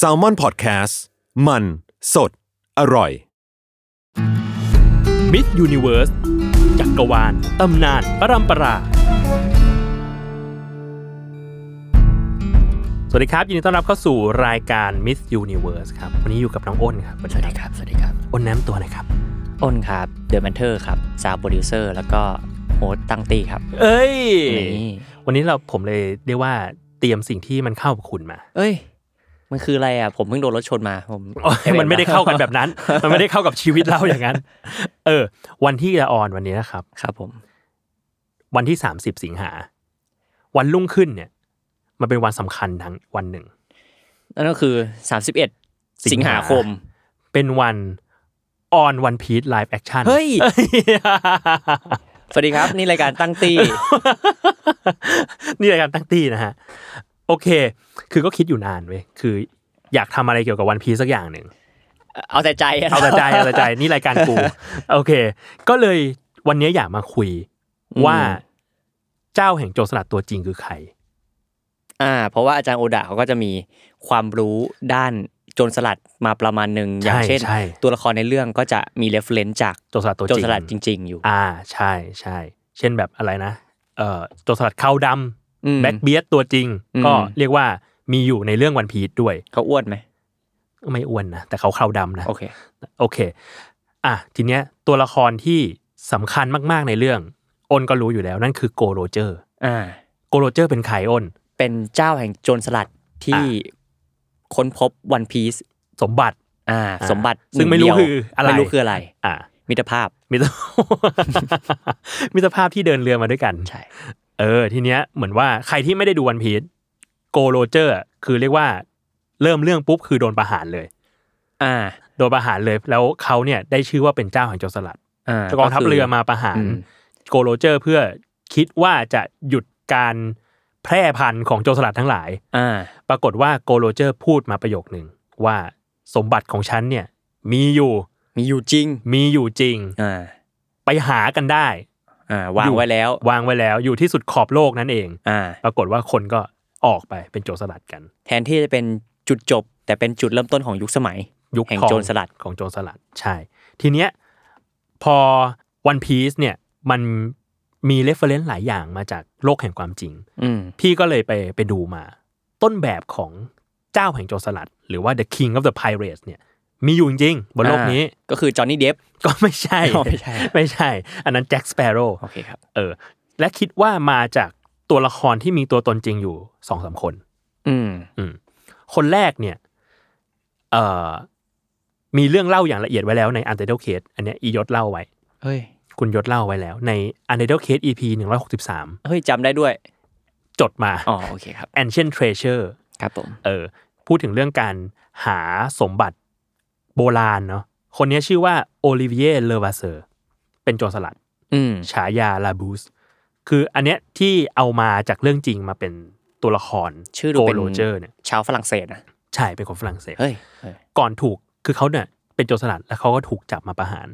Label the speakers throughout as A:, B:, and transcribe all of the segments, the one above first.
A: s a l m o n PODCAST มันสดอร่อย
B: มิสยูนิเวิร์สจักรวาล ตำนาน ปรัมปรา สวัสดีครับ ยินดีต้อนรับเข้าสู่รายการ Miss Universe ครับ วันนี้อยู่กับน้องอ้นครับ
C: สวัสดีครับ สวัสดีครับ
B: อ้นแน้ำตัวหนะครับ
C: อ้นครับ เดอะแมนเทอร์ครับซาวโปรดิวเซอร์ แล้วก็โฮสต์ตั้งตี้ครับ
B: เอ้ย
C: นี่
B: วันนี้เราผมเลยเรียกว่าเตรียมสิ่งที่มันเข้ากับคุณมา
C: เอ้ย มันคืออะไรอ่ะ ผมเพิ่งโดนรถชนมา ผม
B: โอ้ยมันไม่ได้เข้ากันแบบนั้น มันไม่ได้เข้ากับชีวิตเราอย่างนั้น เออ วันที่จะออนวันนี้นะครับ
C: ครับผม
B: วันที่ 30 สิงหา วันรุ่งขึ้นเนี่ย มันเป็นวันสำคัญทั้งวันหนึ่ง
C: นั่นก็คือ 31
B: สิ
C: สิ
B: ง
C: ง
B: หา
C: หาคม
B: เป็นวันออนวันพี e ไลฟ์แอคชั่น
C: เฮ้ย สวัสดีครับ นี่รายการตั้งตี้
B: นี่รายการตั้งตี้นะฮะ โอเค คือก็คิดอยู่นานเว้ยคืออยากทำอะไรเกี่ยวกับวันพี e สักอย่างหนึ่ง
C: เอาแต่ใจอะ
B: เอาแต่ใจเอาแต่ใจนี่รายการ กู โอเค ก็เลยวันนี้อยากมาคุยว่าเจ้าแห่งโจรสลัดตัวจริงคือใคร
C: อ่า เพราะว่าอาจารย์โอดาเขาก็จะมีความรู้ด้านโจรสลัดมาประมาณหนึ่งอย่างเช่น
B: ใช่
C: ตัวละครในเรื่องก็จะมีเรฟเลนซ์จาก
B: โจรสลัดตัวจ
C: โจร
B: ริง
C: สลัดจริง ๆ อยู่
B: อ่าใช่ใช่เช่นแบบอะไรนะเอ่อโจรสลัดขาวด
C: อืม
B: ำแบ็คเบียดตัวจริง
C: อืม
B: ก็เรียกว่ามีอยู่ในเรื่องวันพี e ด้วย
C: เขาอ้วนไหม
B: ไม่อ้วนนะ แต่เขาขาวดำนะ
C: โอเค
B: โอเค อ่ะทีเนี้ยตัวละครที่สำคัญมากๆในเรื่องอ้นก็รู้อยู่แล้วนั่นคือโกโรเจอร์
C: อ่า
B: โกโรเจอร์เป็นใครอ้น
C: เป็นเจ้าแห่งโจรสลัดที่
B: อ่
C: ค้นพบวันพีซ
B: สมบัติ
C: อ่า
B: อ่า
C: สมบัติ
B: ซึ่งไม่รู้
C: หนึ่
B: คือ
C: เดียว
B: อะไร
C: ไม่รู้คืออะไร
B: อ่ะ
C: มิตรภาพ
B: มิตร มิตรภาพที่เดินเรือมาด้วยกัน
C: ใช่
B: เออ ทีเนี้ยเหมือนว่าใครที่ไม่ได้ดูวันพี e โกโรเจอร์คือเรียกว่าเริ่มเรื่องปุ๊บคือโดนประหารเลย
C: อ่า
B: โดนประหารเลย แล้วเขาเนี่ยได้ชื่อว่าเป็นเจ้าแห่งโจรสลัด
C: อ่าก
B: องทัพ
C: คื
B: เรือมาประหาร
C: อืม
B: โกโรเจอร์เพื่อคิดว่าจะหยุดการแพร่พันธุ์ของโจรสลัดทั้งหลาย
C: อ่า
B: ปรากฏว่าโกโรเจอร์พูดมาประโยคหนึ่งว่าสมบัติของฉันเนี่ย มีอยู่
C: มีอยู่จริง
B: มีอยู่จริง
C: อ่า
B: ไปหากันได้
C: อ่าวางไว้แล้ว
B: วางไว้แล้วอยู่ที่สุดขอบโลกนั่นเอง
C: อ่า
B: ปรากฏว่าคนก็ออกไปเป็นโจรสลัดกัน
C: แทนที่จะเป็นจุดจบ แต่เป็นจุดเริ่มต้นของยุคสมัย
B: ยุค
C: แห่ง
B: ทอ
C: โจรสลัด
B: ของโจรสลัดใช่ ทีเนี้ยพอวันพีซเนี่ยมันมีเรฟเฟรนซ์หลายอย่างมาจากโลกแห่งความจริง
C: อืม
B: พี่ก็เลยไปไปดูมา ต้นแบบของเจ้าแห่งโจรสลัด หรือว่า the king of the pirates เนี่ย มีอยู่จริงๆบนโลกนี้
C: ก็คือจอห์นนี่เดฟ
B: ก็ไม่ใช่
C: อ๋ อไม่ใช่
B: ไม่ใช่ อันนั้นแจ็คสเปโร่
C: โอเคครับ
B: เออ และคิดว่ามาจากตัวละครที่มีตัวตนจริงอยู่สองสามคน
C: อืม
B: คนแรกเนี่ยเอ่อมีเรื่องเล่าอย่างละเอียดไว้แล้วใน u n t i t l e d Case อันเนี้ยอียศเล่าไว้
C: เฮ้ย
B: คุณยศเล่าไว้แล้ว ใน u n t i t l e d Case EP
C: เฮ้ยจำได้ด้วย
B: 163 จดมา
C: อ๋อ โอเคครับ
B: Ancient Treasure
C: ครับผม
B: เออพูดถึงเรื่องการหาสมบัติโบราณเนาะคนนี้ชื่อว่าโอลิเวียเลวาเซอร์เป็นโจรสลัด
C: อืม
B: ฉายาลาบูส คืออันเนี้ยที่เอามาจากเรื่องจริงมาเป็นตัวละคร
C: ชื่อดู
B: โก
C: เป็น
B: โรเจอร์เนี่ย
C: ชาวฝรั่งเศสนะ
B: ใช่เป็นคนฝรั่งเศส
C: เฮ้ยเฮ้ย
B: ก่อนถูกคือเขาเนี่ยเป็นโจรสลัดแล้วเขาก็ถูกจับมาประหาร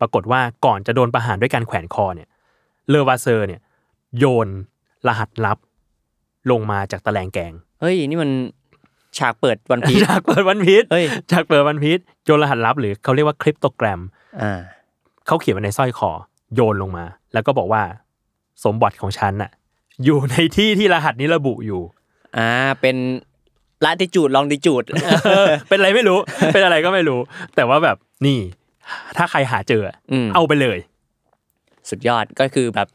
B: ปรากฏว่าก่อนจะโดนประหารด้วยการแขวนคอเนี่ยเลอวาเซอร์เนี่ย โยนรหัสลับ ลงมาจากตะแลงแก ง
C: เฮ้ย นี่มันฉากเปิดวัน พีซ
B: จากเปิดวันพีช
C: เฮ้ย
B: จากเปิดวันพีชโยนรหัสลับ หรือเขาเรียกว่าคริปโตแกรม
C: อ่า
B: เขาเขียนไว้ในสร้อยคอ โยนลงมา แล้วก็บอกว่า สมบัติของฉันน่ะ อยู่ในที่ที่รหัสนี้ระบุอยู่
C: อ่า เป็นลาติจูดลองดิ จูด
B: เออเป็นอะไรไม่รู้ เป็นอะไรก็ไม่รู้ แต่ว่าแบบนี่ ถ้าใครหาเจออะ
C: อืม
B: เอาไปเลย
C: สุดยอดก็คือแบบ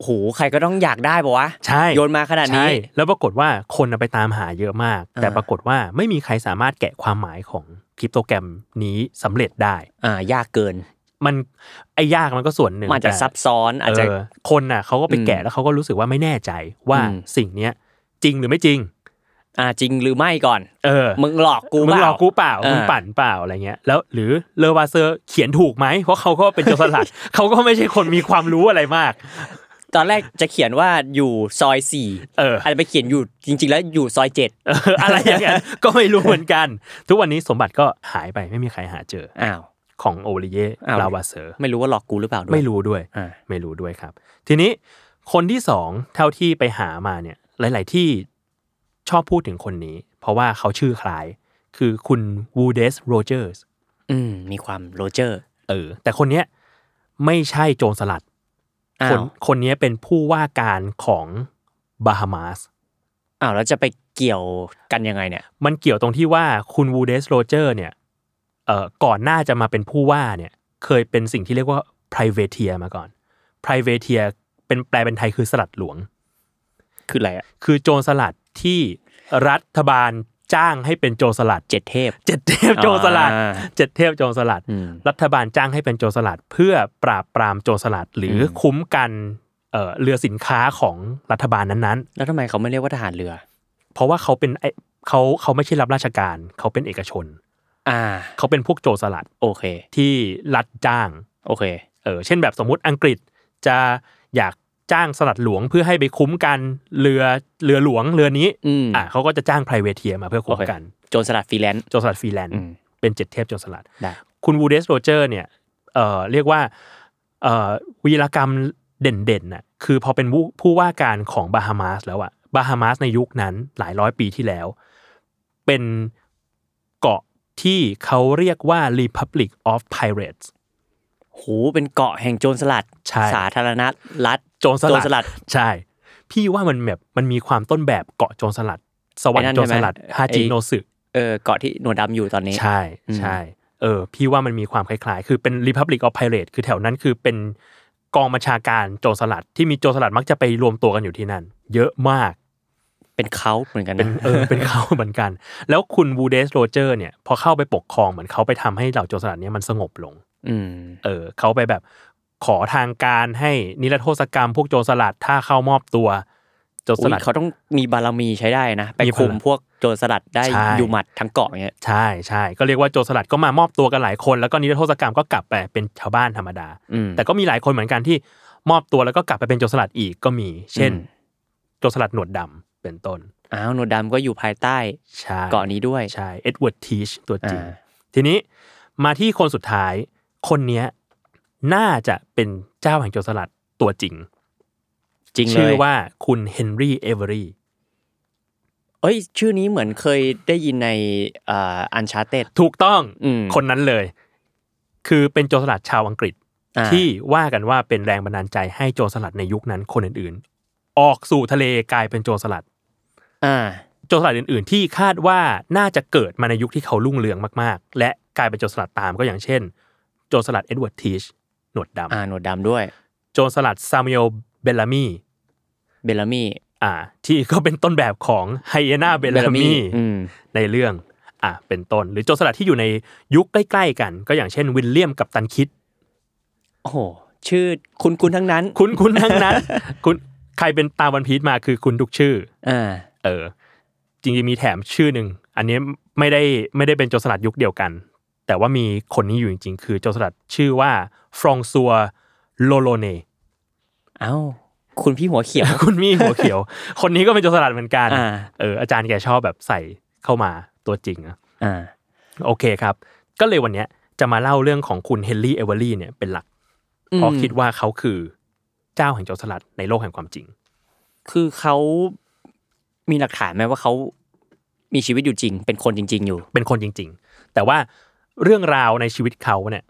C: โหใครก็ต้องอยากได้ปะวะ
B: ใช่
C: โยนมาขนาดนี้
B: ใช่แล้วปรากฏว่าคนน่ะไปตามหาเยอะมาก แต่
C: อ่า
B: ปรากฏว่าไม่มีใครสามารถแกะความหมายของคริปโตแกรมนี้สำเร็จได้
C: อ่า ยากเกิน
B: มันไอ้ยากมันก็ส่วนหนึ่ง
C: มันอาจจะ
B: แต่
C: ซับซ้อนอาจจะ
B: เออคนน่ะเขาก็ไป
C: อืม
B: แกะแล้วเขาก็รู้สึกว่าไม่แน่ใจว่า
C: อืม
B: สิ่งเนี้ยจริงหรือไม่จริง
C: อ่าจริงหรือไม่ก่อน
B: เออ
C: มึงหลอกกู
B: มึงหลอกกู
C: เปา
B: เปล่า
C: เออ
B: มึงปั่นเปล่าอะไรเงี้ยแล้วหรือเลอวาเซอร์เขียนถูกไหมเพราะเขาก็เป็นโจรสลัด เขาก็ไม่ใช่คนมีความรู้อะไรมาก
C: ตอนแรกจะเขียนว่าอยู่ซอยสี่
B: เออ
C: อาจจะไปเขียนอยู่จริง ๆ แล้วอยู่ซอยเจ็ด
B: เอออะไรอย่างเงี้ยก็ไม่รู้เหมือน กัน ทุกวันนี้สมบัติก็หายไปไม่มีใครหาเจอ
C: อ้าว
B: ของโอริเย่
C: อ้าว
B: ลาวาเซอร์
C: ไม่รู้ว่าหลอกกูหรือเปล่าด้วย
B: ไม่รู้ด้วย
C: อ่า
B: ไม่รู้ด้วยครับ ทีนี้คนที่สองเท่าที่ไปหามาเนี่ย หลาย ๆ ที่ชอบพูดถึงคนนี้ เพราะว่าเขาชื่อคล้าย คือคุณวูเดสโรเจอร์ส
C: อืมมีความโรเจอร์
B: เออ แต่คนเนี้ยไม่ใช่โจรสลัด
C: อ้า
B: คน
C: ว
B: คนเนี้ยเป็นผู้ว่าการของบาฮามาส
C: อ้าวแล้วจะไปเกี่ยวกันยังไงเนี่ย
B: มันเกี่ยวตรงที่ว่าคุณวูเดสโรเจอร์เนี่ยเอ่อก่อนหน้าจะมาเป็นผู้ว่าเนี่ย เคยเป็นสิ่งที่เรียกว่า privateer มาก่อน privateer เป็นแปลเป็นไทยคือสลัดหลวง
C: คืออะไรอะ
B: คือโจรสลัดที่รัฐบาลจ้างให้เป็นโจรสลัด
C: เจ็ดเทพ
B: เจ็ดเทพโจรสลัด
C: อ่า
B: เจ็ดเทพโจรสลัด
C: อืม
B: รัฐบาลจ้างให้เป็นโจรสลัด เพื่อปราบปรามโจรสลัด หรืออ
C: ม
B: คุ้มกันเอ่อเรือสินค้าของรัฐบาลนั้น
C: แล้วทำไมเขาไม่เรียกว่าทหารเรือ
B: ๆ เพราะว่าเขาเป็นไอ้เขาเขาไม่ใช่รับราชการเขาเป็นเอกชน
C: อ่า
B: เขาเป็นพวกโจรสลัด
C: โอเค
B: ที่รัฐจ้าง
C: โอเค
B: เออ เช่นแบบสมมติอังกฤษจะอยากจ้างสลัดหลวงเพื่อให้ไปคุ้มกันเรือเรือหลวงเรือนี้
C: อืม
B: อ่ะเขาก็จะจ้าง p r i v a t e e r มาเพื่อคุ้ม
C: โอเค
B: กัน
C: โจรสลัดฟรีแลนซ์
B: โจรสลัดฟรีแลนซ์
C: อืม
B: เป็นเจ็ดเทพโจรสลัด
C: ได้
B: คุณวูเดสโรเจอร์เนี่ยเอ่อเรียกว่าเอ่อวีรกรรมเด่นๆน่ะคือพอเป็นผู้ผู้ว่าการของบาฮามาสแล้วอะบาฮามาสในยุคนั้นหลายร้อยปีที่แล้ว เป็นเกาะที่เขาเรียกว่า Republic of Pirates
C: โห เป็นเกาะแห่งโจรสลัด
B: ใช่
C: สาธารณรัฐ
B: โจรสลัด
C: โจรสลัด
B: ใช่ พี่ว่ามันแบบมันมีความต้นแบบเกาะโจรสลัด สวรร
C: ไอ้นั่
B: ค์
C: น
B: โจรสลัด
C: ใช่ไหม
B: ฮาจิ
C: ไอ้
B: โนสึ
C: เออ เกาะที่หนวดดำอยู่ตอนนี้
B: ใช่ใช่เออพี่ว่ามันมีความคล้ายๆ คือเป็น Republic of Pirates คือแถวนั้นคือเป็นกองบัญชาการโจรสลัดที่มีโจรสลัดมักจะไปรวมตัวกันอยู่ที่นั่น เยอะมาก
C: เป็นเขาเหมือนกัน
B: เป็น
C: นะ
B: เออ เป็นเขาเหมือนกัน แล้วคุณบูเดสโรเจอร์เนี่ยพอเข้าไปปกครองเหมือนเขาไปทำให้เหล่าโจรสลัดเนี่ยมันสงบลง
C: อืม
B: เออเขาไปแบบขอทางการให้นิรโทษกรรมพวกโจรสลัดถ้าเข้ามอบตัวโจรส
C: อุ๊ย
B: ลัด
C: เขาต้องมีบารมีใช้ได้นะ ไป
B: มี
C: คุ
B: พ
C: ม
B: ลัง
C: พวกโจรสลัดได้
B: ใช่
C: อยู่หมัดทั้งเกาะอย่างเงี้ย
B: ใช่ใช่ก็เรียกว่าโจรสลัดก็มามอบตัวกันหลายคน แล้วก็นิรโทษกรรมก็กลับไปเป็นชาวบ้านธรรมดา
C: อืม
B: แต่ก็มีหลายคนเหมือนกันที่มอบตัวแล้วก็กลับไปเป็นโจรสลัดอีกก็มี เช่น
C: อืม
B: โจรสลัดหนวดดำเป็นต้น
C: อ้าวหนวดดำก็อยู่ภายใต้
B: ใช่
C: เกาะนี้ด้วย
B: ใช่ เอ็ดเวิร์ดทีชตัวจริง
C: อ่า
B: ทีนี้มาที่คนสุดท้าย คนเนี้ยน่าจะเป็นเจ้าแห่งโจรสลัดตัวจริง
C: จริงเล
B: ชื่อย ว่าคุณเฮนรี่เอเวอรี่
C: เอ้ย ชื่อนี้เหมือนเคยได้ยินในอันชาเต็ด
B: ถูกต้อง
C: อืม
B: คนนั้นเลย คือเป็นโจรสลัดชาวอังกฤษ ที่ว่ากันว่าเป็นแรงบันดาลใจให้โจรสลัดในยุคนั้นคนอื่นๆ ออกสู่ทะเลกลายเป็นโจรสลัด
C: อ่า
B: โจรสลัดอื่นๆ ที่คาดว่าน่าจะเกิดมาในยุคที่เขารุ่งเรืองมากๆ และกลายเป็นโจรสลัดตามก็อย่างเช่น โจรสลัดเอ็ดเวิร์ดทีชหนวดด
C: อ่าหนวดดำด้วย
B: ำโจรสลัดซามูเอลเบลลามี
C: เบลลามี
B: อ่า ที่ก็เป็นต้นแบบของไฮเอนาเบลลามี
C: อืม
B: ในเรื่องอ่าเป็นต้น หรือโจรสลัดที่อยู่ในยุคใกล้ๆกัน ก็อย่างเช่นวิลเลียมกับตันคิด
C: โอ้โห ชื่อคุณคุณทั้งนั้น
B: คุณคุณทั้งนั้น คุณใครเป็นตามวันพีชมาคือคุณทุกชื่อ
C: อ่า
B: เออ จริงๆมีแถมชื่อหนึ่งอันนี้ไม่ได้ไม่ได้เป็นโจรสลัดยุคเดียวกัน แต่ว่ามีคนนี้อยู่จริงๆ คือโจรสลัดชื่อว่าฟรองซัวโลโลเน
C: เอ้า คุณพี่หัวเขียว
B: คุณมี่หัวเขียว คนนี้ก็เป็นโจรสลัดเหมือนกัน
C: อ่า
B: เอออาจารย์แกชอบแบบใส่เข้ามาตัวจริงอะ
C: อ่า
B: โอเคครับ ก็เลยวันเนี้ยจะมาเล่าเรื่องของคุณเฮนรี่เอเวอรี่เนี่ยเป็นหลัก เพราะคิดว่าเขาคือเจ้าแห่งโจรสลัดในโลกแห่งความจริง
C: คือเขามีหลักฐานไหมว่าเขามีชีวิตอยู่จริง เป็นคนจริง ๆ อยู่
B: เป็นคนจริง ๆ แต่ว่าเรื่องราวในชีวิตเขาเนี่ย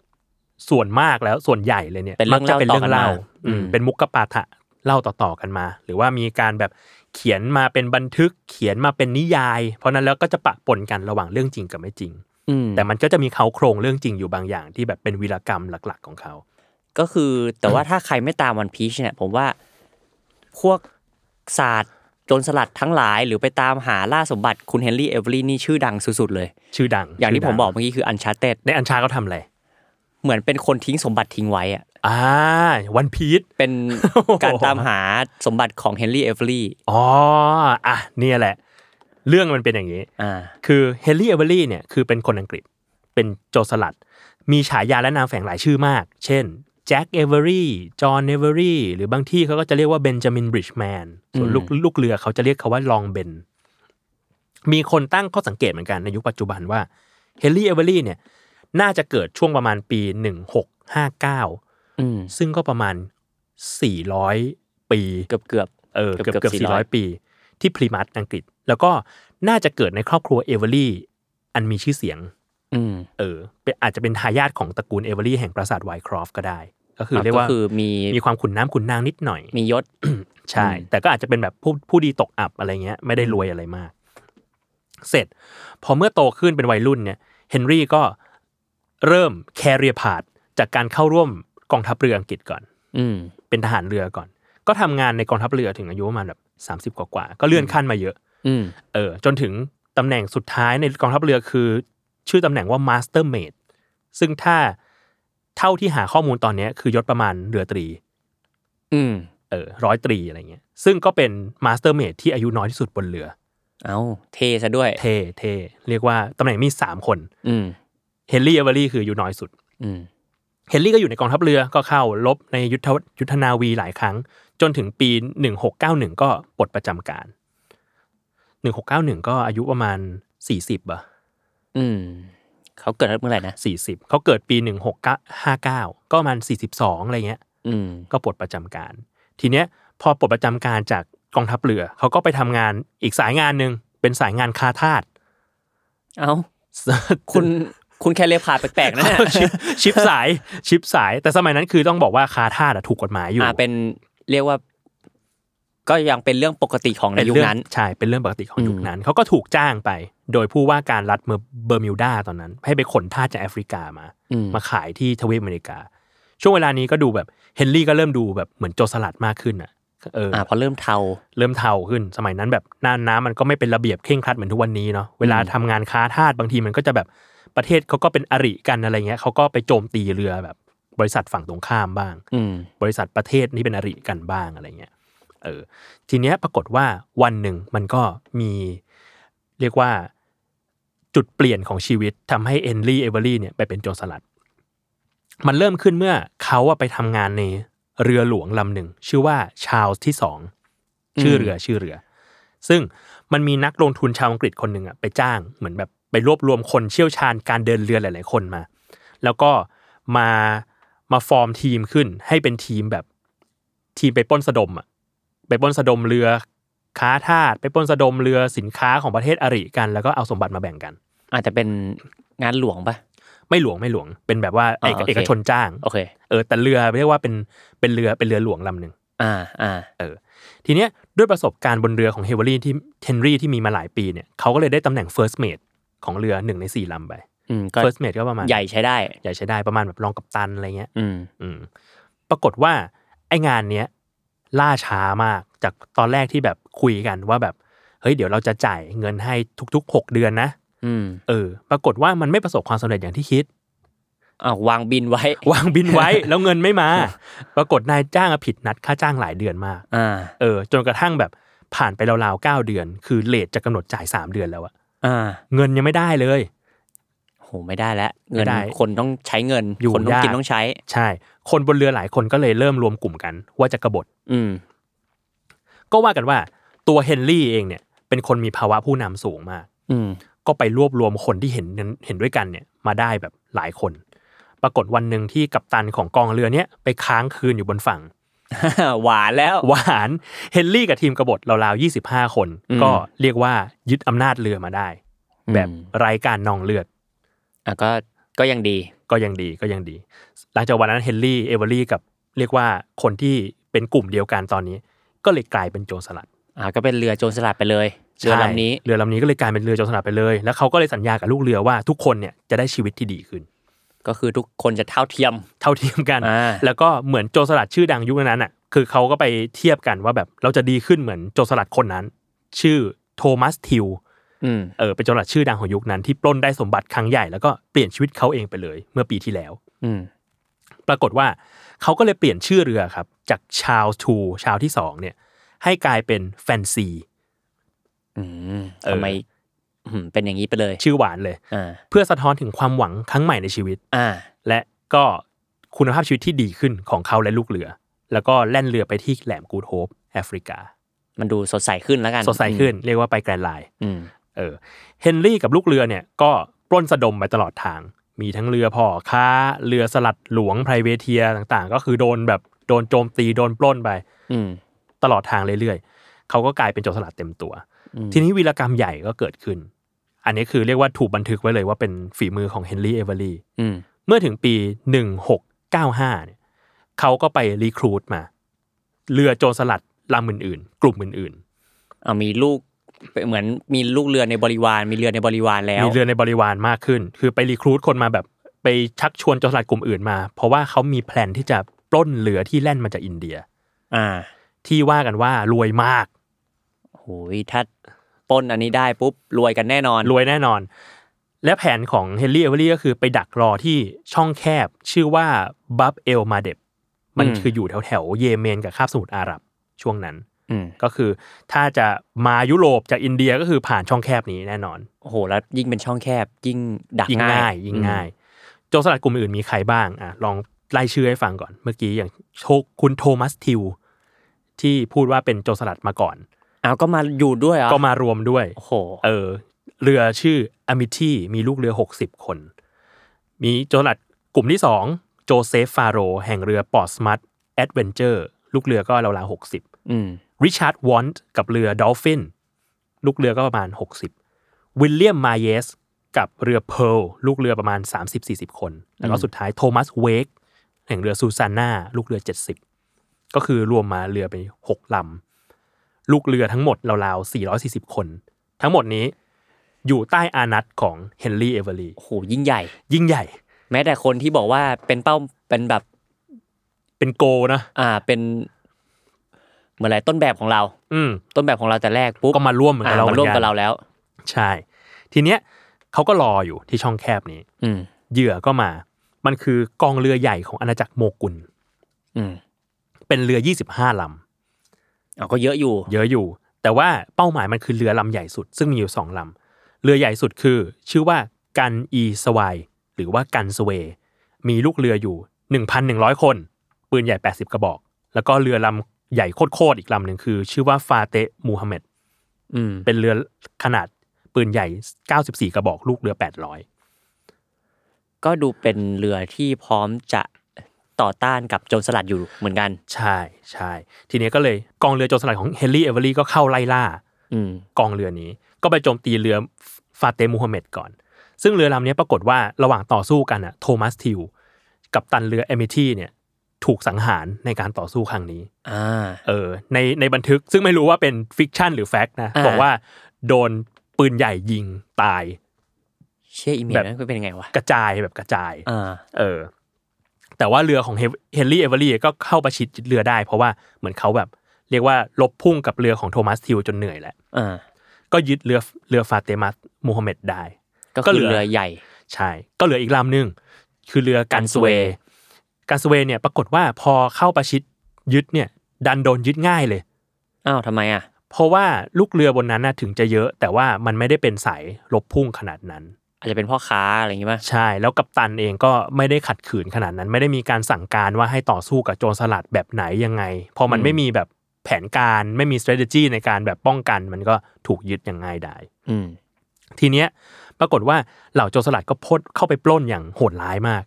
B: ส่วนมากแล้วส่วนใหญ่เลยเนี่ย
C: เป็นเรื่อง
B: มักจะเป็นเรื่องเล่า
C: เล่าต่อกันมา
B: อืม
C: อืม
B: เป็นมุกกปาฐะเล่าต่อๆกันมา หรือว่ามีการแบบเขียนมาเป็นบันทึกเขียนมาเป็นนิยาย เพราะนั้นแล้วก็จะปะปนกันระหว่างเรื่องจริงกับไม่จริง
C: อืม
B: แต่มันก็จะมีเขาโครงเรื่องจริงอยู่บางอย่าง ที่แบบเป็นวีรกรรมหลักๆของเขา
C: ก็คือแต่ว่าถ้าใครไม่ตามวันพีชเนี่ย ผมว่าพวกศาสตร์โจรสลัดทั้งหลาย หรือไปตามหาล่าสมบัติคุณเฮนรี่เอเวอรี่นี่ชื่อดังสุด ๆ เลย
B: ชื่อดัง
C: อย่างที่
B: ชื่
C: ผม
B: ดั
C: บอกเมื่อกี้คืออันชาเต็ด
B: ในอัญชาเขาทำอะไร
C: เหมือนเป็นคนทิ้งสมบัติทิ้งไว้อะ
B: อ่าวันพีช
C: เป็น
B: โอ้โห
C: การตามหาสมบัติของเฮนรี่เอเวอรี่
B: อ๋ออ่ะเนี่ยแหละ เรื่องมันเป็นอย่างนี้
C: อ่า
B: คือเฮนรี่เอเวอรี่เนี่ยคือเป็นคนอังกฤษ เป็นโจรสลัด มีฉายาและนามแฝงหลายชื่อมาก เช่นแจ็คเอเวอรี่จอห์นเอเวอรี่หรือบางที่เขาก็จะเรียกว่าเบนจามินบริดจ์แมนส่วน
C: อืม
B: ลูกลูกเรือเขาจะเรียกเขาว่าลองเบน มีคนตั้งข้อสังเกตเหมือนกันในยุคปัจจุบันว่าเฮนรี่เอเวอรี่เนี่ยน่าจะเกิดช่วงประมาณปี 1659
C: อืม
B: ซึ่งก็ประมาณ 400 ปี
C: เกือบเกือบ
B: เออ
C: เกื
B: เกือบ
C: อ
B: บ เกือบ
C: 400
B: สี่ร้อยปี ที่พรีมัตอังกฤษ แล้วก็น่าจะเกิดในครอบครัวเอเวอรี่อันมีชื่อเสียง
C: ๆอืม
B: เออเป็นอาจจะเป็นทายาทของตระกูลเอเวอรี่แห่งปราสาทไวครอฟก็ได้ ก็คือเรียกว่า
C: คือมี
B: มีความขุนน้ำขุนนางนิดหน่อย
C: มียศ
B: ใช่ แต่ก็อาจจะเป็นแบบผู้ผู้ดีตกอับอะไรเงี้ย ไม่ได้รวยอะไรมาก เสร็จ พอเมื่อโตขึ้นเป็นวัยรุ่นเนี่ยเฮนรี่ก็เริ่มแคเรียพาดจากการเข้าร่วมกองทัพเรืออังกฤษก่อน
C: อืม
B: เป็นทหารเรือก่อน ก็ทำงานในกองทัพเรือถึงอายุประมาณแบบสามสิบกว่าๆก็เลื่อนขั้นมาเยอะ
C: อืม
B: เออจนถึงตำแหน่งสุดท้ายในกองทัพเรือคือ ชื่อตำแหน่งว่า Master Mate ซึ่งถ้าเท่าที่หาข้อมูลตอนเนี้ยคือยศประมาณเรือตรี
C: อืม
B: เออร้อยตรีอะไรเงี้ย ซึ่งก็เป็น Master Mate ที่อายุน้อยที่สุดบนเรือ
C: เอาเทซะด้วย
B: เท่เท่เรียกว่าตำแหน่งมีสามคน
C: อืม
B: เฮนรี่เอเวอรี่คืออายุน้อยสุด
C: อืม
B: เฮนรี่ก็อยู่ในกองทัพเรือก็เข้าลบในยุทธยุทธนาวีหลายครั้ง จนถึงปี 1691 ก็ปลดประจำการ 1691 ก็อายุประมาณ 40อ่ะ
C: อืม เขาเกิดเมื่อไหร่นะ
B: 40 เขาเกิดปี 1659 ก็ประมาณ 42 อะไรเงี้ย
C: อืม
B: ก็ปลดประจำการ ทีเนี้ยพอปลดประจำการจากกองทัพเรือ เขาก็ไปทำงานอีกสายงานหนึ่งเป็นสายงานคาทาส
C: เอาคุณ คุณแค่เลพาดแปลกๆนะเนี่ย
B: ชิปชิปสายชิปสาย แต่สมัยนั้นคือต้องบอกว่าคาทาสอะถูกกฎหมายอยู่
C: อ่าเป็นเรียกว่า ก็ยังเป็นเรื่องปกติของในยุค
B: เป็เรื่อง
C: นั้น
B: ใช่ เป็นเรื่องปกติของ
C: อืม
B: ยุคนั้น เขาก็ถูกจ้างไป โดยผู้ว่าการรัฐเมอร์เบอร์มิวดาตอนนั้น ให้ไปขนทาสจากแอฟริกามา
C: อืม
B: มาขายที่ทวีปอเมริกา ช่วงเวลานี้ก็ดูแบบเฮนรี่ก็เริ่มดูแบบเหมือนโจรสลัดมากขึ้นอ่ะเอออ
C: อ่าพอเริ่มเทา
B: เริ่มเทาขึ้น สมัยนั้นแบบน่านน้ำมันก็ไม่เป็นระเบียบเคร่งครัดเหมือนทุกวันนี้เนาะเวลา
C: อืม
B: ทำงานค้าทาสบางทีมันก็จะแบบประเทศเขาก็เป็นอริกันอะไรเงี้ยเขาก็ไปโจมตีเรือแบบบริษัทฝั่งตรงข้ามบ้าง
C: อืม
B: บริษัทประเทศนี่เป็นอริกันบ้างอะไรเงี้ย เออ ทีเนี้ยปรากฏว่าวันหนึ่งมันก็มีเรียกว่าจุดเปลี่ยนของชีวิตทำให้เอนลี่เอเวอรี่เนี่ยไปเป็นโจรสลัด มันเริ่มขึ้นเมื่อเขาอะไปทำงานในเรือหลวงลำหนึ่งชื่อว่าชา l ส์ที่สอง
C: อืม
B: ชื่อเรือชื่อเรือ ซึ่งมันมีนักลงทุนชาวอังกฤษคนหนึ่งอะไปจ้างเหมือนแบบไปรวบรวมคนเชี่ยวชาญการเดินเรือหลาย ๆ คนมา แล้วก็มามาฟอร์มทีมขึ้นให้เป็นทีมแบบทีมไปปล้นสะดมอ่ะไปปล้นสะดมเรือค้าทาสไปปล้นสะดมเรือสินค้าของประเทศอริกัน แล้วก็เอาสมบัติมาแบ่งกัน
C: อาจจะเป็นงานหลวงปะ
B: ไม่หลวงไม่หลวงเป็นแบบว่า
C: อ่า
B: เอก
C: โอเค
B: เอกชนจ้าง
C: โอเค
B: เออแต่เรือเรียกว่าเป็นเป็นเรือเป็นเรือหลวงลำหนึ่ง
C: อ่า อ่า
B: ทีเนี้ยด้วยประสบการณ์บนเรือของเฮเวอรี่ที่เฮนรี่ที่มีมาหลายปีเนี่ยเขาก็เลยได้ตำแหน่ง first mate ของเรือหนึ่งในสี่ลำไป
C: อืม ก็
B: first mate ก็ประมาณ
C: ใหญ่ใช้ได้
B: ใหญ่ใช้ได้ประมาณแบบรองกัปตันอะไรเงี้ย
C: อืม
B: อืมปรากฏว่าไองานเนี้ยล่าช้ามากจากตอนแรกที่แบบคุยกันว่าแบบเฮ้ยเดี๋ยวเราจะจ่ายเงินให้ทุกๆ 6 เดือนนะ
C: อืม
B: เออ ปรากฏว่ามันไม่ประสบความสำเร็จอย่างที่คิด
C: อ่าวางบินไว้
B: วางบินไว้ แล้วเงินไม่มา ปรากฏนายจ้างอะผิดนัดค่าจ้างหลายเดือนมาก
C: อ่า
B: เออจนกระทั่งแบบผ่านไปราวๆเก้าเดือน คือเลทจะกำหนดจ่าย 3 เดือนแล้วอะ
C: อ่า
B: เงินยังไม่ได้เลย
C: โห ไม่ได้แล้ว เงิน
B: ไม่ได้
C: คนต้องใช้เงิน
B: อยู่
C: คนต้องกิน
B: ยาก
C: ต้องใช้
B: ใช่ คนบนเรือหลายคนก็เลยเริ่มรวมกลุ่มกัน ว่าจะกบฏ
C: อืม
B: ก็ว่ากันว่าตัวเฮนรี่เองเนี่ยเป็นคนมีภาวะผู้นำสูงมาก
C: อืม
B: ก็ไปรวบรวมคนที่เห็นนั้นเห็นด้วยกันเนี่ยมาได้แบบหลายคน ปรากฏวันหนึ่งที่กัปตันของกองเรือเนี่ยไปค้างคืนอยู่บนฝั่ง
C: หวานแล้ว
B: หวานเฮนรี่กับทีมกบฏราวๆ25 คน
C: อืม
B: ก็เรียกว่ายึดอำนาจเรือมาได้ แบบ
C: อืม
B: รายการนองเลือด
C: อ่ะก็ ก็ยังดี
B: ก็ยังดีก็ยังดี หลังจากวันนั้นเฮนรี่เอเวอรี่กับเรียกว่าคนที่เป็นกลุ่มเดียวกันตอนนี้ ก็เลยกลายเป็นโจรสลัด
C: อ่า ก็เป็นเรือโจรสลัดไปเลย เรือ
B: ใช่
C: ลำนี้
B: เรือลำนี้ก็เลยกลายเป็นเรือโจรสลัดไปเลย แล้วเขาก็เลยสัญญากับลูกเรือว่าทุกคนเนี่ยจะได้ชีวิตที่ดีขึ้น
C: ก็คือทุกคนจะเท่าเทียม
B: เท่าเทียมกัน
C: อ่า
B: แล้วก็เหมือนโจรสลัดชื่อดังยุคนั้นอ่ะ คือเขาก็ไปเทียบกันว่าแบบเราจะดีขึ้นเหมือนโจรสลัดคนนั้น ชื่อโทมัสทิว
C: อืม
B: เออเป็นโจรสลัดชื่อดังของยุคนั้นที่ปล้นได้สมบัติครั้งใหญ่แล้วก็เปลี่ยนชีวิตเขาเองไปเลยเมื่อปีที่แล้ว
C: อืม
B: ปรากฏว่าเขาก็เลยเปลี่ยนชื่อเรือครับ จากชาวทูชาวที่สองเนี่ยให้กลายเป็นแฟนซี
C: อืม
B: เออ
C: ทำไมอืมเป็นอย่างนี้ไปเลย
B: ชื่อหวานเลย
C: อ่า
B: เพื่อสะท้อนถึงความหวังครั้งใหม่ในชีวิต
C: อ่า
B: และก็คุณภาพชีวิตที่ดีขึ้นของเขาและลูกเรือ แล้วก็แล่นเรือไปที่แหลมกูดโฮปแอฟริกา
C: มันดูสดใสขึ้นแล้วกัน
B: สดใสขึ้นเรียกว่าไปแกรนด์ไลน์
C: อืม
B: เออเฮนรี่กับลูกเรือเนี่ยก็ปล้นสะดมไปตลอดทาง มีทั้งเรือพ่อค้า เรือสลัดหลวงไพรเวเทียต่างๆ ก็คือโดนแบบโดนโจมตีโดนปล้นไป
C: อืม
B: ตลอดทางเรื่อยๆ เขาก็กลายเป็นโจรสลัดเต็มตัว
C: อืม
B: ทีนี้วีรกรรมใหญ่ก็เกิดขึ้น อันนี้คือเรียกว่าถูกบันทึกไว้เลยว่าเป็นฝีมือของเฮนรี่เอเวอรี
C: อืม
B: เมื่อถึงปี 1695เนี่ยเขาก็ไปรีครูดมา เรือโจรสลัดลำอื่นๆ กลุ่มอื่นๆ
C: เอามีลูกเหมือนมีลูกเรือในบริวาร มีเรือในบริวารแล้ว
B: มีเรือในบริวารมากขึ้น คือไปรีครูทคนมาแบบไปชักชวนโจรสลัดกลุ่มอื่นมา เพราะว่าเขามีแพลนที่จะปล้นเรือที่แล่นมาจากอินเดีย
C: อ่า
B: ที่ว่ากันว่ารวยมาก
C: โหยถ้าปล้นอันนี้ได้ปุ๊บรวยกันแน่นอน
B: รวยแน่นอน และแผนของเฮนรี่เอเวอรี่ก็คือไปดักรอที่ช่องแคบ ชื่อว่าบับเอลมาเดบมันคืออยู่แถวแถวๆเยเมนกับคาบสมุทรอาหรับช่วงนั้น
C: อืม
B: ก็คือถ้าจะมายุโรปจากอินเดียก็คือผ่านช่องแคบนี้แน่นอน
C: โอ้โหแล้วยิ่งเป็นช่องแคบยิ่งดัก
B: ยิ่ง
C: ง่า
B: ง่าย ยยิ่งง่าย โจรสลัดกลุ่มอื่นมีใครบ้างอ่ะลองไล่ชื่อให้ฟังก่อน เมื่อกี้อย่างโชคคุณโทมัสทิว ที่พูดว่าเป็นโจรสลัดมาก่อน
C: อ้าวก็มาอยู่ด้วยเหรอ่ะ
B: ก็มารวมด้วย
C: โอ้โห
B: เออ เรือชื่ออมิตี้มีลูกเรือ 60 คน มีโจรสลัดกลุ่มที่ 2 โจเซฟฟาโร แห่งเรือปอร์สมัตแอดเวนเจอร์ลูกเรือก็ราวๆหกสิบ
C: อืม
B: ริชาร์ดวอนต์กับเรือดอลฟินลูกเรือก็ประมาณ 60 วิลเลียมมาเยส กับเรือเพร์ลลูกเรือประมาณ 30-40 คน แล้วก็สุดท้ายโทมัสเวกแห่งเรือซูซาน่าลูกเรือ 70 ก็คือรวมมาเรือไป 6 ลำ ลูกเรือทั้งหมดราวๆ 440 คน ทั้งหมดนี้อยู่ใต้อานัตของเฮนรี่เอเวอรี
C: โอ้โหยิ่งใหญ่
B: ยิ่งใหญ่
C: แม้แต่คนที่บอกว่าเป็นเป้าเป็นแบบ
B: เป็นโกนะ
C: อ่าเป็นเหมือนอะไรต้นแบบของเรา
B: อืม
C: ต้นแบบของเราแต่แรกปุ๊บ
B: ก็มาร่วมเหมือนกับ
C: อ่า
B: เรา
C: มา
B: เหมือน
C: ร่วม
B: กั
C: กับ
B: น
C: เราแล้ว
B: ใช่ ทีเนี้ยเขาก็รออยู่ที่ช่องแคบนี้
C: อืม
B: เหยื่อก็มา มันคือกองเรือใหญ่ของอาณาจักรโมกุล
C: อืม
B: เป็นเรือ 25 ล
C: เอาก็เยอะอยู่
B: ำ เยอะอยู่ แต่ว่าเป้าหมายมันคือเรือลำใหญ่สุด ซึ่งมีอยู่ 2ลำ เรือใหญ่สุดคือ ชื่อว่ากันอีสวายหรือว่ากันสเวย์มีลูกเรืออยู่ 1,100 คน ปืนใหญ่ 80 กระบอก แล้วก็เรือลำใหญ่โคตรๆอีกลำหนึ่งคือ ชื่อว่าฟาเตะมูฮัมหมัด
C: อืม
B: เป็นเรือขนาดปืนใหญ่ 94 กระบอกลูกเรือ 800
C: ก็ดูเป็นเรือที่พร้อมจะต่อต้านกับโจรสลัดอยู่เหมือนกัน
B: ใช่ใช่ ทีนี้ก็เลยกองเรือโจรสลัดของเฮนรี่เอเวอรี่ก็เข้าไล่ล่า
C: อืม
B: กองเรือนี้ ก็ไปโจมตีเรือฟาเตมูฮัมเหม็ดก่อน ซึ่งเรือลำนี้ปรากฏว่าระหว่างต่อสู้กันอะโทมัสทิว กับตันเรือเอมิทีเนี่ยถูกสังหารในการต่อสู้ครั้งนี้
C: อ่า
B: เออในในบันทึกซึ่งไม่รู้ว่าเป็นฟิกชันหรือแฟกต์นะ
C: อ่า
B: บอกว่าโดนปืนใหญ่ยิงตาย
C: เชี่ยอีเมล
B: แบบ
C: นั้นก็เป็นยังไงวะ
B: กระจายแบบกระจาย
C: อ่า
B: เออ แต่ว่าเรือของเฮนรี่เอเวอรี่ก็เข้าประชิดเรือได้ เพราะว่าเหมือนเขาแบบ เรียกว่าลบพุ่งกับเรือของโทมัสทิวจนเหนื่อยแหละ
C: อ่า
B: ก็ยึดเรือเรือฟาเตมัสมูฮัมเหม็ดได้
C: ก็
B: ก็
C: คื
B: เหลื
C: อ
B: อ
C: เรือใหญ่
B: ใช่ ก็เหลืออีกลำหนึ่งคือเรือกันสเวย์กันสเวย์เนี่ยปรากฏว่าพอเข้าประชิดยึดเนี่ยดันโดนยึดง่ายเลย
C: อ้าวทำไมอ่ะ
B: เพราะว่าลูกเรือบนนั้นนะถึงจะเยอะ แต่ว่ามันไม่ได้เป็นสายลบพุ่งขนาดนั้น
C: อาจจะเป็นพ่อค้าอะไรอย่างงี้ป่ะ
B: ใช่แล้วกัปตันเองก็ไม่ได้ขัดขืนขนาดนั้น ไม่ได้มีการสั่งการว่าให้ต่อสู้กับโจรสลัดแบบไหนยังไง พอมันไม่มีแบบแผนการไม่มี strategy ในการแบบป้องกัน มันก็ถูกยึดอย่างง่ายดาย
C: อืม
B: ทีเนี้ยปรากฏว่าเหล่าโจรสลัดก็พดเข้าไปปล้นอย่างโหดร้ายมาก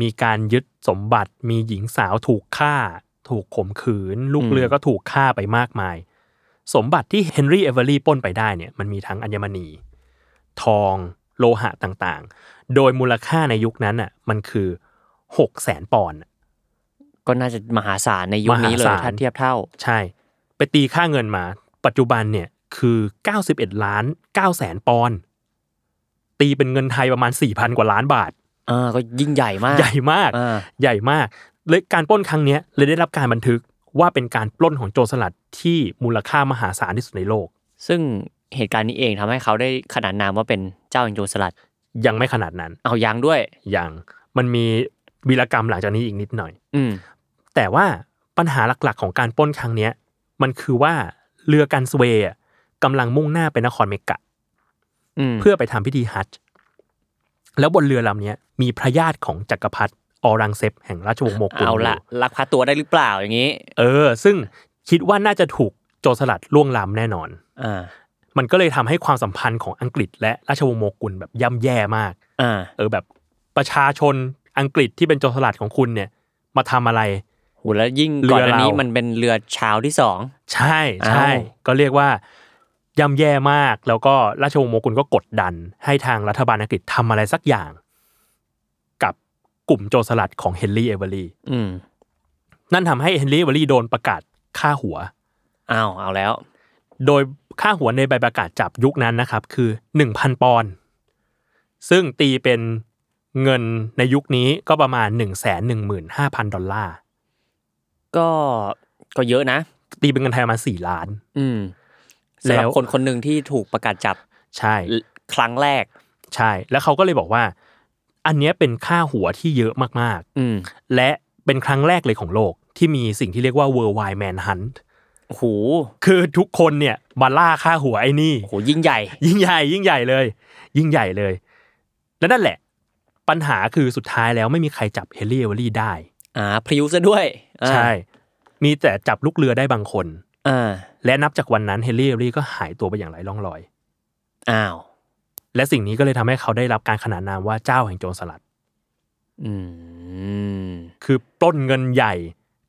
B: มีการยึดสมบัติมีหญิงสาวถูกฆ่า ถูกข่มขืน ลูกเรือก็ถูกฆ่าไปมากมาย สมบัติที่เฮนรี่เอเวอรี่ปล้นไปได้เนี่ยมันมีทั้งอัญมณี ทองโลหะต่างๆ โดยมูลค่าในยุคนั้นอ่ะมันคือหกแสนปอนด์อะ
C: ก็น่าจะมหาศาลในยุคนี้เล
B: ม
C: ย
B: หาศาล
C: ถ้าเทียบเท่า
B: ใช่ ไปตีค่าเงินมา ปัจจุบันเนี่ยคือ 91 ล้าน9แสนปอนด์ตีเป็นเงินไทยประมาณ 4,000 กว่าล้านบาท
C: อ่า ก็ยิ่งใหญ่มาก
B: ใหญ่มาก
C: อ่า
B: ใหญ่มากเลยการปล้นครั้งเนี้ยเลยได้รับการบันทึกว่าเป็นการปล้นของโจรสลัดที่มูลค่ามหาศาลที่สุดในโลก
C: ซึ่งเหตุการณ์นี้เองทำให้เขาได้ขนานนามว่าเป็นเจ้าแห่งโจรสลัด
B: ยังไม่ขนาดนั้น
C: เอายางด้วย
B: ยังมันมีวีรกรรมหลังจากนี้อีกนิดหน่อย
C: อืม
B: แต่ว่าปัญหาหลักๆ ของการปล้นครั้งเนี้ยมันคือว่าเรือกันสเวย์อะ กำลังมุ่งหน้าไปนครเมกะ
C: ม
B: เพื่อไปทำพิธีฮัจจ์แล้วบนเรือลำเนี้ยมีพระญาติของจักรพรรดิออรังเซบแห่งราชวงศ์โมกุล
C: เอาละ
B: ยู่
C: ลักพาตัวได้หรือเปล่าอย่างนี้
B: เออ ซึ่งคิดว่าน่าจะถูกโจรสลัดล่วงล้ำแน่นอน
C: อ่า
B: มันก็เลยทำให้ความสัมพันธ์ของอังกฤษและราชวงศ์โมกุลแบบย่ำแย่มาก
C: อ่า
B: เออแบบประชาชนอังกฤษที่เป็นโจรสลัดของคุณเนี่ย มาทำอะไร
C: โหแล้วยิ่ง
B: เรือ
C: ก่อนอันนี้
B: เรามั
C: มันเป็นเรือชาวที่สอง
B: ใช่ใช่
C: อ้าว
B: ก็เรียกว่าย่ำแย่มาก แล้วก็ราชวงศ์โมกุลก็กดดัน ให้ทางรัฐบาลอังกฤษทำอะไรสักอย่าง กับกลุ่มโจรสลัดของเฮนรี่เอเวอรี่
C: อืม
B: นั่นทำให้เฮนรี่เอเวอรี่โดนประกาศฆ่าหัว
C: อ้าวเอาแล้ว
B: โดยค่าหัวในใบประกาศจับยุคนั้นนะครับ คือ 1,000 ปอนด์ซึ่งตีเป็นเงินในยุคนี้ก็ประมาณ 1 1 5 0 0 0 ดอลลาร์
C: ก็ก็เยอะนะ
B: ตีเป็นเงินไทยประมาณ4ล้าน
C: อืม
B: แล้ว
C: สำหรับคนคนหนึ่งที่ถูกประกาศจับ
B: ใช่
C: ครั้งแรก
B: ใช่ แล้วเขาก็เลยบอกว่า อันเนี้ยเป็นค่าหัวที่เยอะมาก
C: อืม
B: ๆ และเป็นครั้งแรกเลยของโลกที่มีสิ่งที่เรียกว่า worldwide manhunt
C: โอ้โห
B: คือทุกคนเนี่ยมาล่าค่าหัวไอ้นี่
C: โอ้โหยิ่งใหญ่
B: ยิ่งใหญ่ยิ่งใหญ่เลย ยิ่งใหญ่เลย และนั่นแหละ ปัญหาคือสุดท้ายแล้วไม่มีใครจับเฮลี่เอเวอรี่ได้
C: อ่าพริ้วซะด้วยอ่า
B: ใช่ มีแต่จับลูกเรือได้บางคน
C: อ่า
B: และนับจากวันนั้นเฮลี่เอเวอรี่ก็หายตัวไปอย่างไร้ร่องรอย
C: อ้าว
B: และสิ่งนี้ก็เลยทำให้เขาได้รับการขนานนามว่าเจ้าแห่งโจรสลัด
C: อืม
B: คือปล้นเงินใหญ่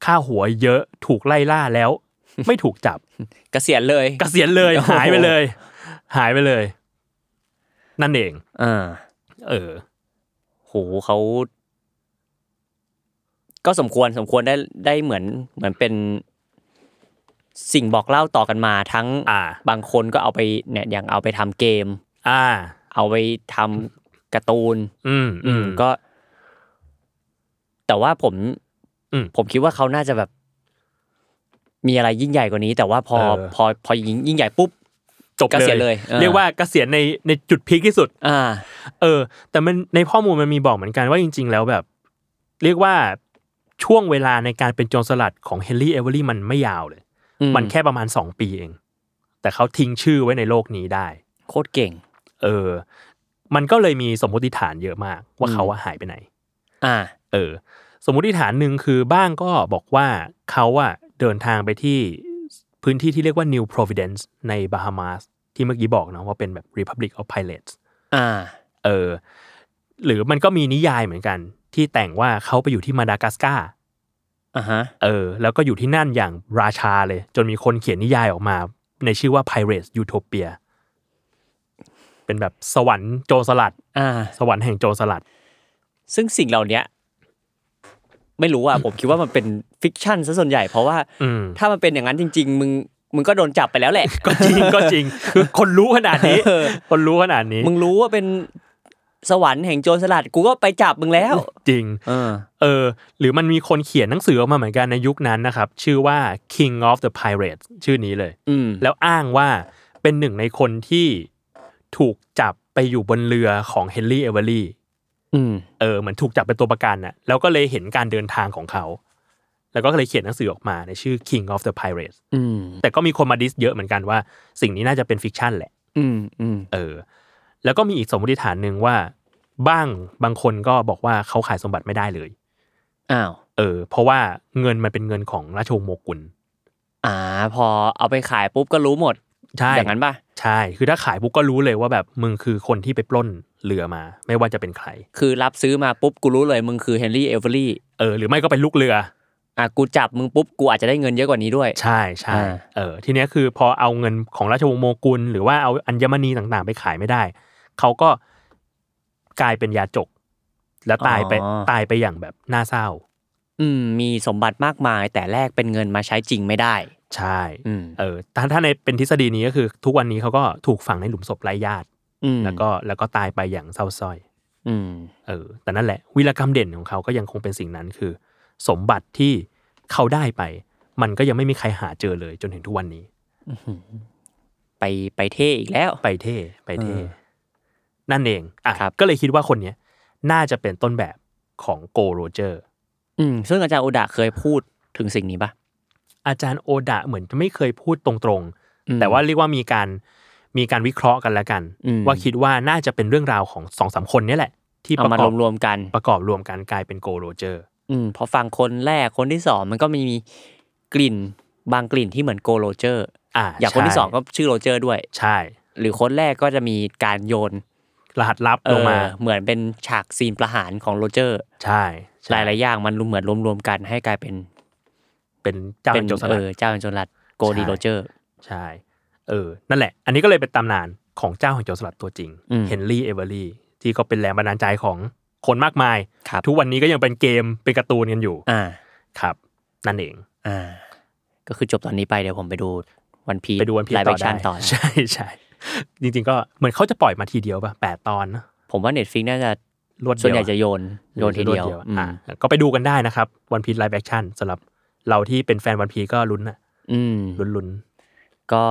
B: ค่าหัวเยอะถูกไล่ล่า แล้ว ไม่ถูกจับ
C: เกษียณเลย
B: เกษียณเลย
C: โอ้โ
B: หายไปเลย หายไปเลย นั่นเอง
C: อ่า
B: เออ
C: โหเขา ก็สมควรสมควรได้ได้เหมือนเหมือนเป็นสิ่งบอกเล่าต่อกันมาทั้ง
B: อ่า
C: บางคนก็เอาไปเนี่ยอย่างเอาไปทำเกม
B: อ่า
C: เอาไปทำการ์ตูน
B: อืม
C: อื
B: อื
C: ม
B: ม
C: ก็ แต่ว่าผม
B: อืม
C: ผมคิดว่าเขาน่าจะแบบ มีอะไรยิ่งใหญ่กว่านี้ แต่ว่าพอ
B: เออ
C: พอพอยิ่งยิ่งใหญ่ปุ๊บ
B: จบ
C: เกษียณเลยเออ
B: เรียกว่าเกษียณในในจุดพีคที่สุด
C: อ่า
B: เออ แต่มันในข้อมูลมันมีบอกเหมือนกันว่าจริง ๆ แล้วแบบ เรียกว่าช่วงเวลาในการเป็นโจรสลัดของเฮนรี่เอเวอรี่มันไม่ยาวเลย
C: อื
B: มันแค่ประมาณ 2 ปีเอง แต่เขาทิ้งชื่อไว้ในโลกนี้ได้
C: โคตรเก่ง
B: เออ มันก็เลยมีสมมติฐานเยอะมาก ว่าเขาว่าหายไปไหน
C: อ่า
B: เออ สมมติฐานหนึ่งคือบ้างก็บอกว่าเขาอะเดินทางไปที่พื้นที่ที่เรียกว่า New Providence ในบาฮามาสที่เมื่อกี้บอกเนาะว่าเป็นแบบ Republic of Pirates
C: อ่า
B: เออหรือมันก็มีนิยายเหมือนกัน ที่แต่งว่าเขาไปอยู่ที่มาดากัสการ์
C: อ่าฮะ
B: เออ แล้วก็อยู่ที่นั่นอย่างราชาเลย จนมีคนเขียนนิยายออกมา ในชื่อว่า Pirates Utopia เป็นแบบสวรรค์โจรสลัด
C: อ่า
B: สวรรค์แห่งโจรสลัด
C: ซึ่งสิ่งเหล่าเนี้ย ไม่รู้อ่ะ ผมคิดว่ามันเป็นฟิกชันซะส่วนใหญ่ เพราะว่า
B: อืม
C: ถ้ามันเป็นอย่างนั้นจริง ๆ มึง มึงก็โดนจับไปแล้วแหละ
B: ก็จริงก็จริง คือคนรู้ขนาดนี้
C: เออ
B: คนรู้ขนาดนี้
C: มึงรู้ว่าเป็นสวรรค์แห่งโจรสลัด กูก็ไปจับมึงแล้ว
B: จริง
C: เออ
B: เออ หรือมันมีคนเขียนหนังสือออกมาเหมือนกันในยุคนั้นนะครับ ชื่อว่า King of the Pirates ชื่อนี้เลย
C: อืม
B: แล้วอ้างว่าเป็นหนึ่งในคนที่ถูกจับไปอยู่บนเรือของเฮนรี่เอเวอรี่
C: อืม
B: เออเหมือนถูกจับเป็นตัวประกันน่ะ แล้วก็เลยเห็นการเดินทางของเขา แล้วก็เลยเขียนหนังสือออกมาในชื่อ King of the Pirates
C: อืม
B: แต่ก็มีคนมาดิสเยอะเหมือนกันว่า สิ่งนี้น่าจะเป็นฟิกชันแหละ
C: อืม อืม
B: เออ แล้วก็มีอีกสมมติฐานหนึ่งว่า บ้างบางคนก็บอกว่าเขาขายสมบัติไม่ได้เลย
C: อ้าว
B: เออ เพราะว่าเงินมันเป็นเงินของราชวงศ์โมกุล
C: อ่า พอเอาไปขายปุ๊บก็รู้หมด
B: ใช่
C: อย่างนั้นป่ะ
B: ใช่ คือถ้าขายปุ๊บก็รู้เลยว่าแบบมึงคือคนที่ไปปล้นเรือมา ไม่ว่าจะเป็นใคร
C: คือรับซื้อมาปุ๊บกูรู้เลยมึงคือเฮนรี่เอเวอรี่
B: เออ หรือไม่ก็เป็นลูกเรือ
C: อ่ะกูจับมึงปุ๊บกูอาจจะได้เงินเยอะกว่านี้ด้วย
B: ใช่ใช่
C: อ่า
B: เออ ทีเนี้ยคือพอเอาเงินของราชวงศ์โมกุล หรือว่าเอาอัญมณีต่างๆ ไปขายไม่ได้ เขาก็กลายเป็นยาจก แล้วตายไป
C: อ๋อ
B: ตายไปอย่างแบบน่าเศร้า
C: อืม มีสมบัติมากมาย แต่แลกเป็นเงินมาใช้จริงไม่ได้
B: ใช่
C: อืม
B: เออถ้าถ้าในเป็นทฤษฎีนี้ก็คือ ทุกวันนี้เขาก็ถูกฝังในหลุมศพไร้ญาติ
C: อืม
B: แล้วก็แล้วก็ตายไปอย่างเศร้าสร้อย
C: อืม
B: เออ แต่นั่นแหละวีรกรรมเด่นของเขาก็ยังคงเป็นสิ่งนั้นคือ สมบัติที่เขาได้ไป มันก็ยังไม่มีใครหาเจอเลยจนถึงทุกวันนี้
C: ไปไปเท่อีกแล้ว
B: ไปเท่ไปเท่
C: เออ
B: นั่นเองอ่ะ
C: ครับ
B: ก็เลยคิดว่าคนเนี้ยน่าจะเป็นต้นแบบของโกโรเจอร์
C: อืม ซึ่งอาจารย์โอดะเคยพูดถึงสิ่งนี้ป่ะ
B: อาจารย์โอดะเหมือนจะไม่เคยพูดตรง
C: อืม
B: แต่ว่าเรียกว่ามีการมีการวิเคราะห์กันแล้วกัน
C: อืม
B: ว่าคิดว่าน่าจะเป็นเรื่องราวของสองสามคนเนี่ยแหละ ที่
C: เอา
B: ประ
C: มาก
B: อบ
C: รวมๆกัน
B: ประกอบรวมกันกลายเป็นโกโรเจอร์
C: อืมพอฟังคนแรกคนที่สองมันก็มีกลิ่นบางกลิ่นที่เหมือนโกโรเจอร์
B: อ่า
C: อย่างคนที่สองก็ชื่อโรเจอร์ด้วย
B: ใช่
C: หรือคนแรกก็จะมีการโยน
B: รหัสลับ
C: เอ
B: ลงมา
C: อเหมือนเป็นฉากซีนประหารของโรเจอร์
B: ใช่ใช่
C: หลายๆอย่างมันเหมือนรวมๆกันให้กลายเป็น
B: เป็นเจ้า
C: เป็
B: แห่
C: น
B: งโจรส
C: เอ
B: ลัด
C: อเจ้าแห่งโจรสลัดโกดี
B: ใช่
C: โรเจอร์
B: ใช่ เออ นั่นแหละ อันนี้ก็เลยเป็นตำนานของเจ้าแห่งโจรสลัดตัวจริง
C: อืม
B: เฮนรี่เอเวอรี่ ที่ก็เป็นแรงบันดาลใจของคนมากมาย
C: ครับ
B: ทุกวันนี้ก็ยังเป็นเกม เป็นการ์ตูนกันอยู่
C: อ่า
B: ครับ นั่นเอง
C: อ่า ก็คือจบตอนนี้ไปเดี๋ยวผมไปดูวันพี
B: ไปดูวันพี
C: ไลฟ์
B: ต่
C: แอ
B: อ
C: ค
B: ได้
C: ชั่นต่อ
B: ใช่ ใช่ จริงๆ ก็เหมือนเขาจะปล่อยมาทีเดียวป่ะแปดตอนนะ
C: ผมว่าเน็ตฟิกน่าจะ
B: รวดเดียว
C: ส่วนใหญ่จะโยนโยนทีเดียว
B: อะ
C: อืม
B: อ่ะก็ไปดูกันได้นะครับ วันพีไลฟ์แอคชั่นสำหรับเราที่เป็นแฟนวันพีก็ลุ้นนะ
C: อืม
B: ลุ้น
C: ก็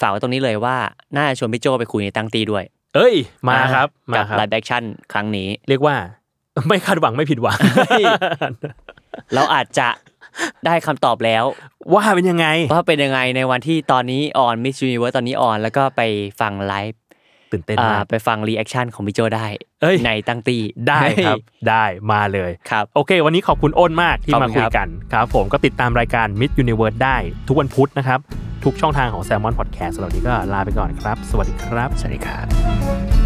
C: ฝากไว้ตรงนี้เลยว่า น่าจะชวนพี่โจไปคุยในตั้งตีด้วย
B: ๆ เอ้ย มาครับ มา
C: กับ
B: ครับ
C: ไลฟ์แอคชั่นครั้งนี้
B: เรียกว่า ไม่คาดหวังไม่ผิดหวัง
C: เราอาจจะได้คำตอบแล้ว
B: ว่าเป็นยังไง
C: ว่าเป็นยังไงในวันที่ตอนนี้ออนมิส s ูนิเวิร์ตอนนี้ออน แล้วก็ไปฟังไลฟ์
B: ตื่นเต้น
C: อ่าม
B: าก
C: ไปฟังรีแอคชั่นของพี่โจได้
B: เอ้ย
C: ในตั้งตี
B: ได้ครับ ได้มาเลย
C: ครับ
B: โอเค วันนี้ขอบคุณอ้นมากที่
C: ขอบ
B: มา
C: คุณ
B: คุย
C: ครับ
B: กันครับผมก็ติดตามรายการ Mid Universe ได้ ทุกวันพุธนะครับ ทุกช่องทางของ Salmon Podcast สำหรับวันนี้ก็ลาไปก่อนครับ สวัสดีครับ
C: สวัสดีครับ